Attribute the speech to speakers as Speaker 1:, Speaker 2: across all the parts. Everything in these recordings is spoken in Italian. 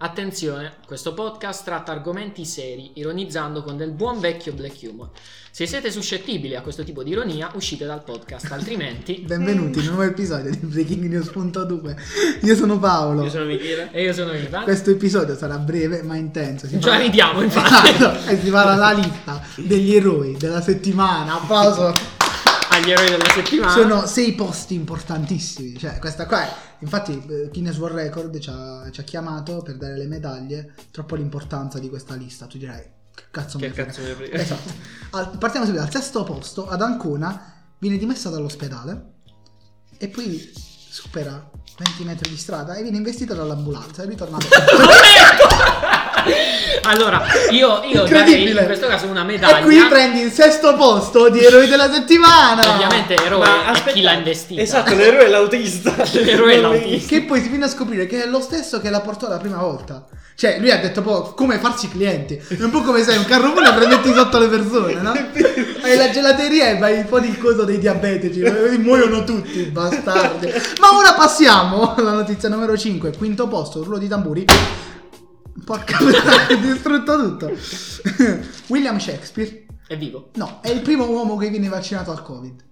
Speaker 1: Attenzione, questo podcast tratta argomenti seri, ironizzando con del buon vecchio black humor. Se siete suscettibili a questo tipo di ironia, uscite dal podcast, altrimenti...
Speaker 2: Benvenuti in un nuovo episodio di Breaking News.2. Io sono Paolo.
Speaker 3: Io sono Michele.
Speaker 1: E io sono Ivan.
Speaker 2: Questo episodio sarà breve ma intenso. Si
Speaker 1: Già
Speaker 2: parla-
Speaker 1: ridiamo, infatti,
Speaker 2: Esatto, e si farà la lista degli eroi della settimana. Applauso.
Speaker 1: agli eroi della settimana.
Speaker 2: Sono sei posti importantissimi. Cioè, questa qua è. Infatti, eh, Guinness World Record ci ha, ci ha chiamato per dare le medaglie. Troppo l'importanza di questa lista. Tu direi, che cazzo
Speaker 3: Che
Speaker 2: me ne frega.
Speaker 3: cazzo ne frega?
Speaker 2: Esatto. Al- partiamo subito dal sesto posto. Ad Ancona viene dimessa dall'ospedale e poi supera 20 metri di strada e viene investita dall'ambulanza e ritorna.
Speaker 1: Allora, io, io darei
Speaker 2: Incredibile.
Speaker 1: in questo caso una medaglia.
Speaker 2: E qui prendi il sesto posto di eroi della settimana.
Speaker 1: Ovviamente eroe
Speaker 3: Ma
Speaker 1: è chi
Speaker 3: aspetta,
Speaker 1: l'ha investita.
Speaker 3: Esatto, l'eroe è l'autista.
Speaker 1: L'eroe è l'autista.
Speaker 2: Che poi si viene a scoprire che è lo stesso che la portò la prima volta. Cioè, lui ha detto po' come farsi clienti. È un po' come sei un carro mulo e metti sotto le persone, no? Hai la gelateria e vai un po' di coso dei diabetici. Muoiono tutti, bastardi. Ma ora passiamo alla notizia numero 5, quinto posto, rullo di tamburi. Porca puttana, ho distrutto tutto. William Shakespeare
Speaker 1: È vivo.
Speaker 2: No, è il primo uomo che viene vaccinato al Covid.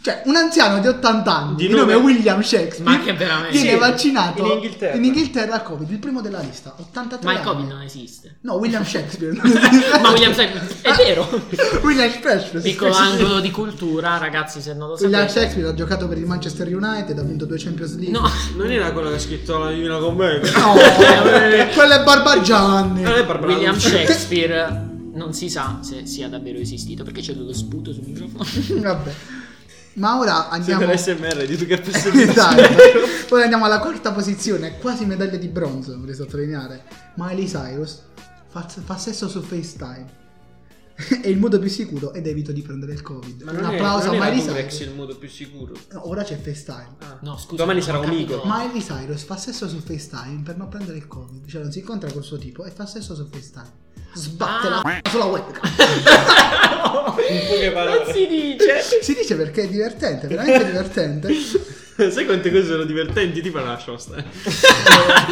Speaker 2: Cioè, un anziano di 80 anni di,
Speaker 3: Di
Speaker 2: nome,
Speaker 3: nome-
Speaker 2: William Shakespeare
Speaker 1: Ma che veramente-
Speaker 2: viene
Speaker 3: Sì,
Speaker 2: vaccinato
Speaker 3: in Inghilterra.
Speaker 2: in Inghilterra al Covid, il primo della lista, 83
Speaker 1: Ma il
Speaker 2: anni.
Speaker 1: Covid non esiste.
Speaker 2: No, William Shakespeare.
Speaker 1: Ma William Shakespeare- è vero.
Speaker 2: William Shakespeare.
Speaker 1: Piccolo
Speaker 2: sì, sì, sì.
Speaker 1: angolo di cultura, ragazzi, se non lo
Speaker 2: William
Speaker 1: sapete.
Speaker 2: Shakespeare ha giocato per il Manchester United, ha vinto due Champions League.
Speaker 1: No,
Speaker 3: Non era quello che ha scritto la Divina Commedia.
Speaker 2: No, eh, quello è Barbagianni.
Speaker 3: Non è Barbara
Speaker 1: William
Speaker 3: Lucci.
Speaker 1: Shakespeare non si sa se sia davvero esistito perché c'è dello sputo sul microfono.
Speaker 2: Vabbè. Ma ora andiamo
Speaker 3: Sembra SMR di tu che pensi
Speaker 2: esatto. Poi andiamo alla quarta posizione, quasi medaglia di bronzo, vorrei sottolineare. Miley Cyrus fa, fa sesso su FaceTime. È il modo più sicuro ed evito di prendere il Covid.
Speaker 3: Ma
Speaker 2: Un
Speaker 3: non è,
Speaker 2: applauso
Speaker 3: non
Speaker 2: a
Speaker 3: era
Speaker 2: Miley
Speaker 3: Durex
Speaker 2: Cyrus.
Speaker 3: il modo più sicuro.
Speaker 2: No, ora c'è FaceTime.
Speaker 3: Ah.
Speaker 1: No, scusa.
Speaker 3: Domani
Speaker 1: non
Speaker 3: sarà
Speaker 1: ho
Speaker 3: un
Speaker 1: capito.
Speaker 3: amico.
Speaker 1: Ma-
Speaker 2: Miley Cyrus fa sesso su FaceTime per non prendere il Covid. Cioè non si incontra col suo tipo e fa sesso su FaceTime. Sbatte la
Speaker 3: Ah.
Speaker 2: f- sulla webcam.
Speaker 3: In poche parole.
Speaker 1: Non si dice.
Speaker 2: Si dice perché è divertente, veramente divertente.
Speaker 3: Sai quante cose sono divertenti? Tipo la lascio stare.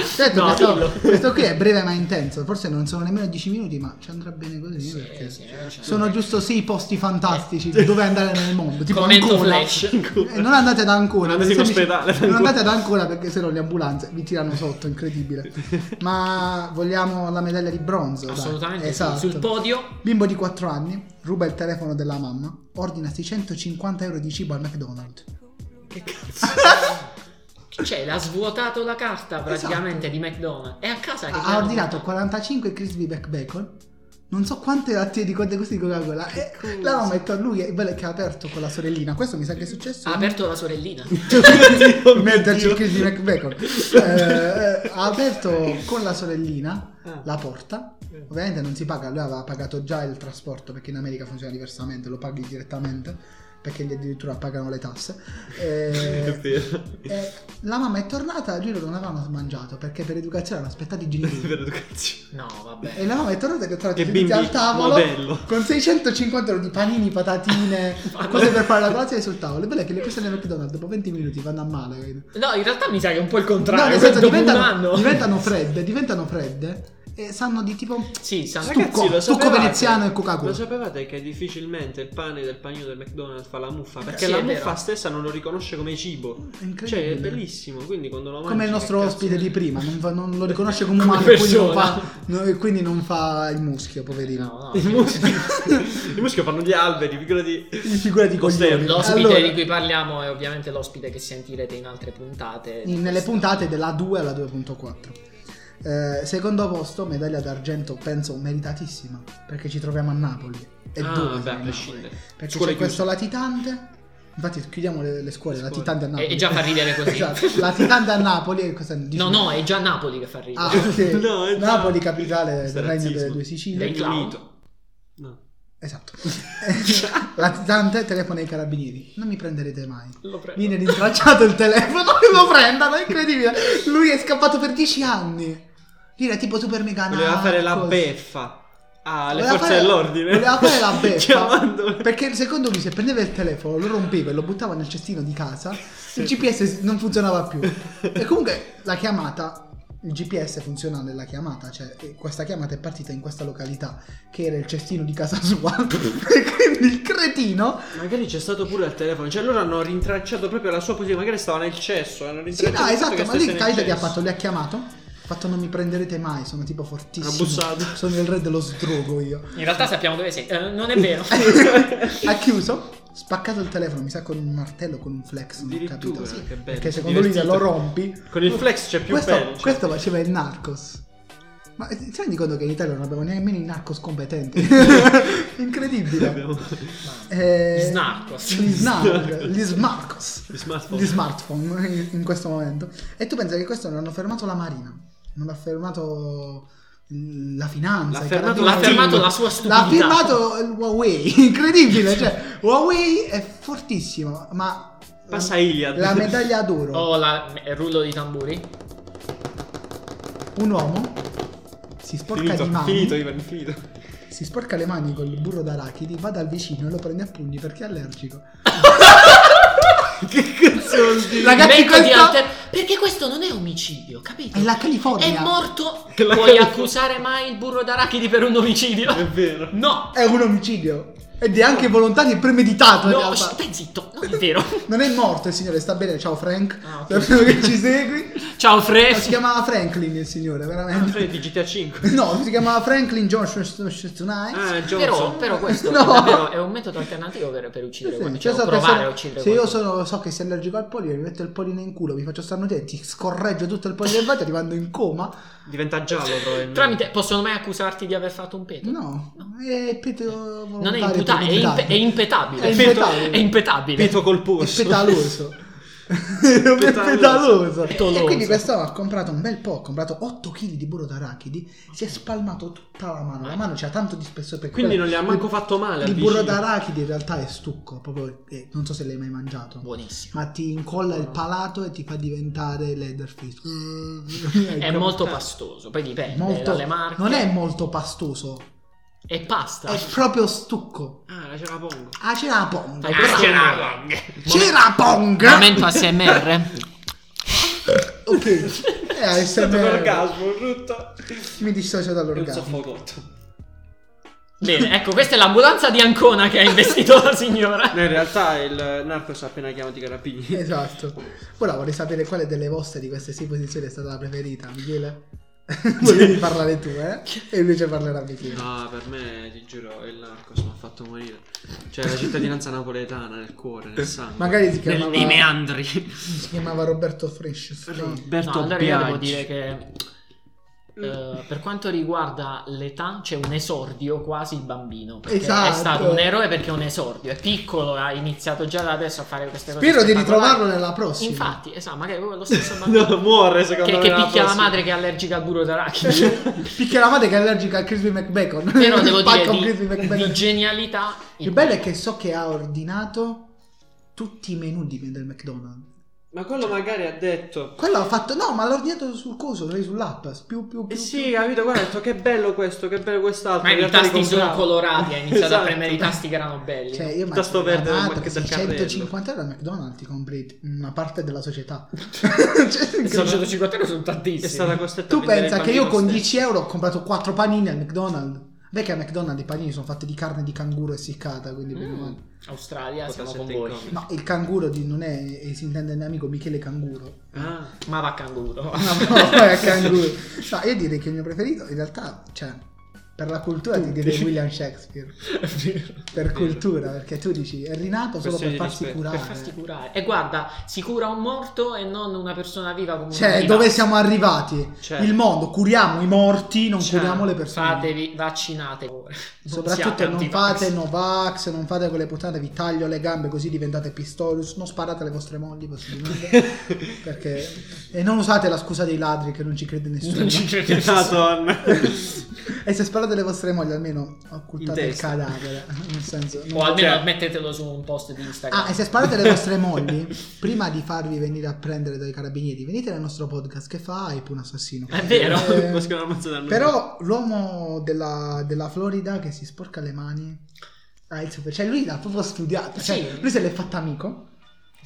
Speaker 2: Senti,
Speaker 1: No,
Speaker 2: Certo, questo,
Speaker 1: dillo.
Speaker 2: questo qui è breve ma intenso. Forse non sono nemmeno 10 minuti, ma ci andrà bene così. perché
Speaker 1: sì, eh, cioè-
Speaker 2: sono giusto sei posti fantastici dove andare nel mondo. Tipo
Speaker 1: Eh. Commento
Speaker 2: Ancona.
Speaker 1: flash.
Speaker 2: Eh, non andate ad Ancona.
Speaker 3: Non andate
Speaker 2: perché
Speaker 3: in
Speaker 2: se mi-
Speaker 3: ospedale.
Speaker 2: Non andate ad Ancona perché sennò le ambulanze vi tirano sotto, incredibile. Ma vogliamo la medaglia di bronzo. dai.
Speaker 1: Assolutamente sì.
Speaker 2: Esatto.
Speaker 1: Sul podio
Speaker 2: Bimbo di 4 anni ruba il telefono della mamma, ordina 650 euro di cibo al McDonald's.
Speaker 1: cioè, l'ha svuotato la carta praticamente di McDonald's. E a casa che
Speaker 2: Esatto. ha
Speaker 1: chiama?
Speaker 2: ordinato 45 crispy back bacon non so quante latte di quante queste di Coca-Cola e la mamma ha detto a lui è bello che ha aperto con la sorellina questo mi sa che è successo
Speaker 1: Ha aperto la sorellina.
Speaker 2: metterci il crispy back bacon Eh, eh, ha aperto con la sorellina
Speaker 3: Ah.
Speaker 2: la porta
Speaker 1: Eh.
Speaker 2: ovviamente non si paga lui aveva pagato già il trasporto perché in America funziona diversamente lo paghi direttamente perché gli addirittura pagano le tasse Eh, eh, la mamma è tornata lui non avevano mangiato perché per educazione hanno aspettato i genitori
Speaker 3: per educazione.
Speaker 1: No, vabbè.
Speaker 2: e la mamma è tornata che è tornata
Speaker 3: Che
Speaker 2: tutti
Speaker 3: bimbi
Speaker 2: al tavolo
Speaker 3: modello.
Speaker 2: con 650 euro di panini, patatine, cose per fare la colazione sul tavolo. Il bello è che le persone del McDonald's dopo 20 minuti vanno a male. capito?
Speaker 1: No, in realtà mi sa che è un po' il
Speaker 2: Eh. No,
Speaker 1: contrario.
Speaker 2: nel senso
Speaker 1: dopo un
Speaker 2: diventano,
Speaker 1: anno.
Speaker 2: diventano fredde, diventano fredde e sanno di tipo
Speaker 1: Sì, sanno-
Speaker 2: Ragazzi, Tucco, tucco
Speaker 3: sapevate?
Speaker 2: veneziano e Coca-Cola.
Speaker 3: Lo sapevate che difficilmente il pane del panino del McDonald's fa la muffa? Perché
Speaker 1: Sì,
Speaker 3: la
Speaker 1: è
Speaker 3: muffa
Speaker 1: vero.
Speaker 3: stessa non lo riconosce come cibo.
Speaker 2: È incredibile.
Speaker 3: Cioè, è bellissimo. Quindi quando lo mangi.
Speaker 2: come il nostro
Speaker 3: che cazzo
Speaker 2: ospite
Speaker 3: ne-
Speaker 2: di prima, non, fa- non lo riconosce come
Speaker 1: Come
Speaker 2: umano e quindi non, fa,
Speaker 1: persona.
Speaker 2: no, e quindi non fa il muschio, poverino.
Speaker 1: No,
Speaker 3: I
Speaker 1: no.
Speaker 3: muschi. I muschi fanno gli alberi, figurati.
Speaker 2: Figura di coglioni.
Speaker 3: Costerno.
Speaker 1: L'ospite
Speaker 2: Allora,
Speaker 1: di cui parliamo è ovviamente l'ospite che sentirete in altre puntate.
Speaker 2: in- nelle puntate della 2 alla 2.4. Eh, secondo posto, medaglia d'argento, penso meritatissima, perché ci troviamo a Napoli. E
Speaker 3: Ah,
Speaker 2: dove
Speaker 3: vabbè,
Speaker 2: siamo a
Speaker 3: a prescindere.
Speaker 2: Napoli? Perché
Speaker 3: Scuole
Speaker 2: c'è questo latitante. Infatti, chiudiamo le, le scuole,
Speaker 3: Le scuole.
Speaker 2: latitante a Napoli.
Speaker 1: E- e già fa ridere così.
Speaker 2: esatto, latitante a Napoli. E cosa dici?
Speaker 1: No, no, è già Napoli che fa ridere.
Speaker 2: Ah, ok.
Speaker 3: No, è già-
Speaker 2: Napoli, capitale
Speaker 3: Questo
Speaker 2: del
Speaker 3: è
Speaker 2: regno
Speaker 3: razzismo.
Speaker 2: delle due Sicilie.
Speaker 1: Dei
Speaker 3: Regno
Speaker 1: clown.
Speaker 3: Unito. No.
Speaker 2: Esatto. latitante, telefono ai carabinieri. Non mi prenderete mai.
Speaker 3: Lo prendo.
Speaker 2: Viene rintracciato il telefono e lo prendano, è incredibile. Lui è scappato per 10 anni. Lui era tipo super mega
Speaker 3: Voleva fare la
Speaker 2: narco.
Speaker 3: beffa. Ah, le
Speaker 2: Voleva
Speaker 3: forze
Speaker 2: fare-
Speaker 3: dell'ordine.
Speaker 2: Voleva fare la beffa.
Speaker 3: Chiamando.
Speaker 2: perché secondo lui se prendeva il telefono, lo rompeva e lo buttava nel cestino di casa, il GPS non funzionava più. E comunque la chiamata il GPS funziona nella chiamata, cioè eh, questa chiamata è partita in questa località che era il cestino di casa sua. e quindi il cretino
Speaker 3: Magari c'è stato pure al telefono, cioè loro hanno rintracciato proprio la sua posizione, magari stava nel cesso, hanno
Speaker 2: Sì,
Speaker 3: rintracciato
Speaker 2: no,
Speaker 3: il
Speaker 2: esatto,
Speaker 3: fatto che
Speaker 2: ma lì
Speaker 3: stesse nel
Speaker 2: Kaida che ha
Speaker 3: cesso.
Speaker 2: fatto, li ha chiamato. Ha fatto non mi prenderete mai, sono tipo fortissimo.
Speaker 3: Ha bussato.
Speaker 2: Sono il re dello sdrogo io.
Speaker 1: In realtà sappiamo dove sei. Eh, non è vero.
Speaker 2: ha chiuso, spaccato il telefono, mi sa con un martello, con un flex, non ho
Speaker 3: Addirittura,
Speaker 2: capito. Sì,
Speaker 3: che bello,
Speaker 2: perché secondo lui se lo
Speaker 3: divertito.
Speaker 2: rompi.
Speaker 3: Con il flex c'è più
Speaker 2: Oh, questo,
Speaker 3: bello. cioè.
Speaker 2: questo faceva il narcos. Ma eh, ti ti rendi conto che in Italia non abbiamo nemmeno i narcos competenti? Incredibile.
Speaker 3: Abbiamo
Speaker 2: Eh,
Speaker 1: Gli snarcos.
Speaker 2: Gli snarcos. Gli smarcos
Speaker 3: gli smartphone.
Speaker 2: gli smartphone in- in questo momento. E tu pensi che questo non hanno fermato la Marina, non l'ha fermato l- la finanza,
Speaker 3: L'ha
Speaker 2: i
Speaker 3: fermato-
Speaker 1: L'ha
Speaker 2: carabinieri.
Speaker 1: fermato la sua
Speaker 2: L'ha
Speaker 1: stupidità.
Speaker 2: firmato il Huawei, incredibile, cioè Huawei è fortissimo, ma
Speaker 3: Passa Iliad.
Speaker 2: la medaglia d'oro,
Speaker 1: Oh, la- il rullo di tamburi.
Speaker 2: un uomo si sporca
Speaker 3: finito,
Speaker 2: di mani,
Speaker 3: finito, Ivan, finito.
Speaker 2: si sporca le mani col burro d'arachidi, va dal vicino e lo prende a pugni perché è allergico.
Speaker 3: che cazzo vuol dire?
Speaker 2: Ragazzi,
Speaker 1: Metodi
Speaker 2: questo-
Speaker 1: alter- Perché questo non è omicidio, capito?
Speaker 2: È la California.
Speaker 1: È morto.
Speaker 3: È la
Speaker 1: Puoi
Speaker 3: California.
Speaker 1: accusare mai il burro d'arachidi per un omicidio?
Speaker 3: È vero.
Speaker 1: No.
Speaker 2: È un omicidio ed è anche volontario e premeditato in
Speaker 1: No,
Speaker 2: realtà.
Speaker 1: stai zitto. Non è vero.
Speaker 2: Non è morto il signore, sta bene, ciao Frank.
Speaker 1: Ah, ok.
Speaker 2: Sapevo che ci segui.
Speaker 1: Ciao, Fre.
Speaker 2: Ma si chiamava Franklin il signore, veramente.
Speaker 3: Alfred Cioè, di GTA 5.
Speaker 2: No, si chiamava Franklin Joshua Tonight.
Speaker 3: Ah, Johnson.
Speaker 1: Eh, Però, però questo
Speaker 2: No.
Speaker 1: davvero è un metodo alternativo per, per uccidere qualcuno. Cioè, provare a uccidere
Speaker 2: se io
Speaker 1: qualcuno.
Speaker 2: sono- so che sei allergico al polline, mi metto il polline in culo, mi faccio starnutire, ti scorreggio tutto il polline in faccia, ti mando in coma.
Speaker 3: Diventa giallo eh. probabilmente.
Speaker 1: Tramite, possono mai accusarti di aver fatto un peto?
Speaker 2: No, è peto
Speaker 1: Non è
Speaker 2: volontario,
Speaker 1: imputa- è,
Speaker 2: premeditato.
Speaker 1: impe- è impetabile.
Speaker 2: È impetabile.
Speaker 1: È impetabile.
Speaker 3: Peto col
Speaker 2: È
Speaker 3: polso.
Speaker 2: petaloso. è
Speaker 3: Petaloso.
Speaker 2: petaloso.
Speaker 1: Petoloso.
Speaker 2: E quindi quest'uomo ha comprato un bel po', ha comprato 8 kg di burro d'arachidi, si è spalmato tutta la mano, la mano c'ha tanto di spessore perché
Speaker 3: Quindi
Speaker 2: quello-
Speaker 3: non gli ha manco fatto male al
Speaker 2: Il burro
Speaker 3: vicino.
Speaker 2: d'arachidi in realtà è stucco, proprio eh, non so se l'hai mai mangiato.
Speaker 1: Buonissimo.
Speaker 2: Ma ti incolla il palato e ti fa diventare leatherface.
Speaker 1: È molto pastoso. Poi dipende
Speaker 2: Molto-
Speaker 1: dalle marche.
Speaker 2: non è molto pastoso,
Speaker 1: È pasta.
Speaker 2: è proprio stucco.
Speaker 3: Ah, la ce la pongo.
Speaker 2: Ah, c'era la pong.
Speaker 1: Fai questo-
Speaker 2: C'era la pong.
Speaker 1: Momento ASMR.
Speaker 2: Ok, eh,
Speaker 3: È stato un
Speaker 2: ASMR.
Speaker 3: orgasmo, brutto.
Speaker 2: Mi dissocio
Speaker 3: È un
Speaker 2: dall'orgasmo.
Speaker 3: soffocotto.
Speaker 1: Bene, ecco, questa è l'ambulanza di Ancona che ha investito la signora.
Speaker 3: No, in realtà il Narcos ha appena chiamato i carabinieri.
Speaker 2: Esatto. Ora vorrei sapere quale delle vostre di queste sei posizioni è stata la preferita, Michele. Volevi parlare tu, eh? E invece parlerà Michele.
Speaker 3: No, per me, ti giuro, il Narcos mi ha fatto morire. Cioè, la cittadinanza napoletana nel cuore, nel sangue.
Speaker 2: Magari si
Speaker 3: Nel-
Speaker 2: chiamava,
Speaker 3: nei meandri.
Speaker 2: si chiamava Roberto Fresh.
Speaker 1: No,
Speaker 3: Roberto
Speaker 1: allora io devo
Speaker 3: Biaggi.
Speaker 1: dire che eh, per quanto riguarda l'età c'è un esordio quasi il bambino. Perché È
Speaker 2: Esatto.
Speaker 1: stato un eroe perché è un esordio. È piccolo, ha iniziato già da adesso a fare queste cose.
Speaker 2: Spero di
Speaker 1: spettacolari.
Speaker 2: ritrovarlo nella prossima.
Speaker 1: Infatti, esatto, magari proprio lo stesso bambino.
Speaker 3: No, muore secondo
Speaker 1: Che,
Speaker 3: me.
Speaker 1: che
Speaker 3: nella
Speaker 1: picchia la
Speaker 3: prossima.
Speaker 1: madre che è allergica al burro d'arachidi
Speaker 2: Picchia la madre che è allergica al Crispy McBacon.
Speaker 1: Però devo
Speaker 2: Pacca un
Speaker 1: dire
Speaker 2: Crispy
Speaker 1: di,
Speaker 2: McBacon.
Speaker 1: di genialità
Speaker 2: Il bello è che so che ha ordinato tutti i menu di- del McDonald's.
Speaker 3: Ma quello magari ha detto.
Speaker 2: Quello ha fatto... No, ma l'ha ordinato sul coso, lei sull'app. Più, più, più.
Speaker 3: Eh sì, capito, guarda, ha detto che bello questo, che bello quest'altro.
Speaker 1: Ma i
Speaker 3: realtà li
Speaker 1: tasti sono
Speaker 3: compravo.
Speaker 1: colorati, ha iniziato a
Speaker 3: Esatto.
Speaker 1: premere i tasti che erano belli.
Speaker 2: Cioè, io
Speaker 3: Il tasto
Speaker 2: immagino
Speaker 3: verde del
Speaker 2: una
Speaker 3: Mac-
Speaker 2: nata,
Speaker 3: del
Speaker 2: sì,
Speaker 3: carrello.
Speaker 2: 150 euro al McDonald's ti compri una parte della società. Cioè,
Speaker 1: sono
Speaker 2: che-
Speaker 1: 150 euro sono
Speaker 3: È
Speaker 1: tantissimi.
Speaker 3: stata costretta a
Speaker 2: tu
Speaker 3: vendere
Speaker 2: pensa
Speaker 3: il
Speaker 2: che io
Speaker 3: bambino
Speaker 2: con
Speaker 3: stesso.
Speaker 2: 10 euro ho comprato 4 panini al McDonald's? Beh, che al McDonald's i panini sono fatti di carne di canguro essiccata, quindi bene o
Speaker 1: Mm,
Speaker 2: male.
Speaker 1: Australia, siamo con
Speaker 3: Quota
Speaker 1: voi.
Speaker 3: sette in
Speaker 2: No, il canguro di- non è, e si intende il mio amico Michele Canguro.
Speaker 3: Ah.
Speaker 1: Ma va canguro.
Speaker 2: No, no, è canguro. No, io direi che il mio preferito, in realtà, cioè, per la cultura ti direi William Shakespeare. Per
Speaker 3: Vero.
Speaker 2: cultura, perché tu dici, è rinato solo
Speaker 3: Questione
Speaker 2: per
Speaker 3: di
Speaker 2: farsi
Speaker 3: rispetto.
Speaker 2: curare. Cioè,
Speaker 1: Per farsi curare. E guarda, si cura un morto e non una persona viva come una
Speaker 2: Cioè,
Speaker 1: viva.
Speaker 2: dove siamo arrivati?
Speaker 3: Certo.
Speaker 2: Il mondo, curiamo i morti, non
Speaker 3: Certo.
Speaker 2: curiamo le persone.
Speaker 1: cioè, Fatevi vaccinate. Non siate
Speaker 2: Soprattutto non
Speaker 1: antivax.
Speaker 2: fate Novax, non fate quelle puntate, vi taglio le gambe così diventate Pistorius, non sparate alle vostre mogli possibilmente. perché... E non usate la scusa dei ladri che non ci crede nessuno.
Speaker 1: Non ci crede nessuno.
Speaker 3: Madonna.
Speaker 2: E se sparate alle vostre mogli almeno occultate
Speaker 3: In
Speaker 2: il
Speaker 3: testa.
Speaker 2: cadavere. Nel senso... non-
Speaker 1: O almeno
Speaker 3: Cioè-
Speaker 1: mettetelo su un post di Instagram.
Speaker 2: Ah, e se sparate alle vostre mogli, prima di farvi venire a prendere dai carabinieri, venite nel nostro podcast che fa Hype un assassino.
Speaker 1: È vero.
Speaker 2: Eh,
Speaker 3: Posso chiamare ammazzato dal nulla.
Speaker 2: Però l'uomo della, della Florida che si sporca le mani. Ah, il super- cioè lui l'ha proprio studiato. Cioè,
Speaker 1: Sì.
Speaker 2: Lui se l'è fatta amico.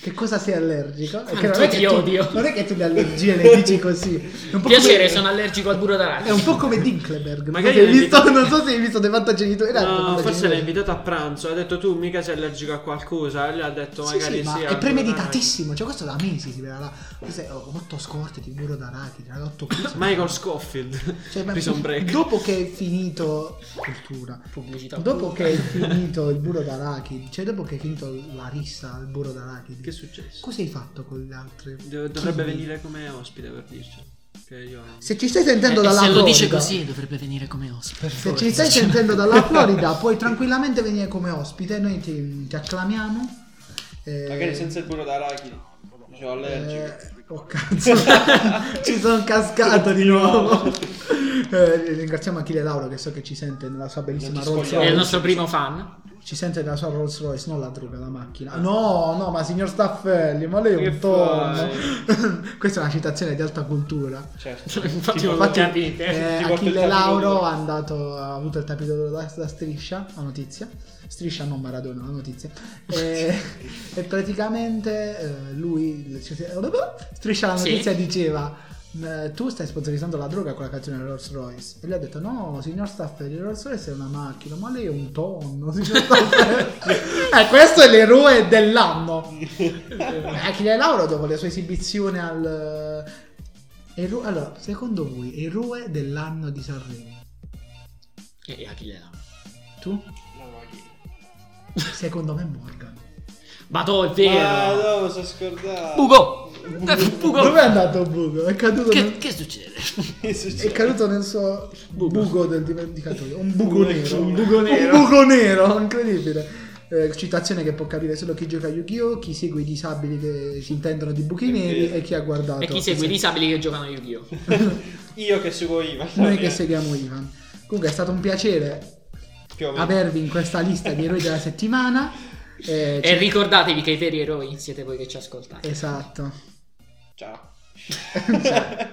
Speaker 2: che cosa sei
Speaker 3: Ah,
Speaker 2: allergico. Perché
Speaker 1: Quanto ti
Speaker 2: che tu,
Speaker 1: odio.
Speaker 2: non è che tu le allergie le dici così. È un po'
Speaker 1: Piacere,
Speaker 2: come-
Speaker 1: sono allergico al burro
Speaker 2: È
Speaker 1: d'arancia.
Speaker 2: un po' come Dinkleberg. non, so se hai
Speaker 3: Magari l'hai
Speaker 2: visto,
Speaker 3: invitato-
Speaker 2: non so se hai visto dei fantagenitori. era
Speaker 3: No,
Speaker 2: dei
Speaker 3: forse l'ha
Speaker 2: fantagenitori.
Speaker 3: invitato a pranzo. Ha detto tu mica sei allergico a qualcosa. E lui ha detto
Speaker 2: Sì,
Speaker 3: magari
Speaker 2: sì, ma
Speaker 3: sì,
Speaker 2: è
Speaker 3: allora
Speaker 2: premeditatissimo. Cioè, questo da mesi si verrà là. Cos'è? Oh, otto scorte di burro d'arachidi, raga, otto
Speaker 3: dai.
Speaker 2: cose.
Speaker 3: Michael Scofield.
Speaker 2: Cioè, ma
Speaker 3: Prison Break.
Speaker 2: dopo che è finito cultura,
Speaker 1: Pubblicità. Eh,
Speaker 2: dopo che è finito il burro d'arachidi, cioè dopo che è finito la rissa al burro d'arachidi,
Speaker 3: Che è successo?
Speaker 2: cosa hai fatto con le altre?
Speaker 3: Dov- dovrebbe
Speaker 2: chili?
Speaker 3: venire come ospite per dirci. Che io.
Speaker 2: Se ci stai sentendo dalla
Speaker 1: Eh, se
Speaker 2: Florida,
Speaker 1: lo dice così dovrebbe venire come ospite.
Speaker 2: se ci stai sentendo dalla Florida, puoi tranquillamente venire come ospite. Noi ti, ti acclamiamo. eh,
Speaker 3: Magari senza il burro d'arachidi. Sono allergico.
Speaker 2: Eh, oh cazzo, ci sono cascato di nuovo. Eh, ringraziamo Achille Lauro che so che ci sente nella sua bellissima
Speaker 3: Non ti
Speaker 2: Rolls
Speaker 1: È il
Speaker 3: spogliamo.
Speaker 2: Royce.
Speaker 1: nostro primo fan.
Speaker 2: Ci sente nella sua Rolls Royce, non la droga, la macchina. No, no, ma signor Staffelli, ma lei è un
Speaker 3: Che
Speaker 2: tonno. Questa è una citazione di alta cultura.
Speaker 3: Certo.
Speaker 1: Infatti
Speaker 3: Tipo-
Speaker 1: non lo
Speaker 2: Infatti,
Speaker 1: capite.
Speaker 2: eh,
Speaker 3: Ti porto il
Speaker 2: Achille
Speaker 3: tappeto
Speaker 2: Lauro
Speaker 3: d'oro.
Speaker 2: ha, andato, ha avuto il tappeto d'oro da, da striscia, la notizia. Striscia non Maradona, la notizia. E, e praticamente eh, lui, striscia la
Speaker 1: Sì.
Speaker 2: notizia diceva "Eh, tu stai sponsorizzando la droga con la canzone Rolls Royce e lui ha detto no signor Staffelli Rolls Royce è una macchina ma lei è un tonno signor Staffelli eh, questo è l'eroe dell'anno eh, Achille Lauro dopo le sue esibizioni al ero- allora secondo voi eroe dell'anno di Sanremo
Speaker 1: E Achille Lauro.
Speaker 2: tu?
Speaker 3: No, ma chi?
Speaker 2: secondo me Morgan
Speaker 1: Ma tu è vero.
Speaker 3: Ah, no, mi sono scordato.
Speaker 1: Bugo. Eh, Bugo.
Speaker 2: dove è andato Bugo? è caduto,
Speaker 1: Che,
Speaker 2: nel,
Speaker 1: che succede?
Speaker 3: Che succede?
Speaker 2: è caduto nel suo buco, del dimenticatoio un buco
Speaker 3: Bugo
Speaker 2: nero
Speaker 3: nero.
Speaker 1: Bugo nero.
Speaker 2: Un buco nero, incredibile. Eh, citazione che può capire solo chi gioca a Yu-Gi-Oh!, chi segue i disabili che si intendono di buchi
Speaker 3: È
Speaker 2: neri
Speaker 3: vero.
Speaker 2: e chi ha guardato.
Speaker 1: E chi segue i disabili che giocano a Yu-Gi-Oh!
Speaker 3: Io che seguo Ivan.
Speaker 2: Noi che seguiamo Ivan. Comunque è stato un piacere
Speaker 3: Più o meno.
Speaker 2: avervi in questa lista di eroi della settimana. Eh,
Speaker 1: E
Speaker 2: ci-
Speaker 1: ricordatevi che i veri eroi siete voi che ci ascoltate.
Speaker 2: Esatto.
Speaker 3: Ciao.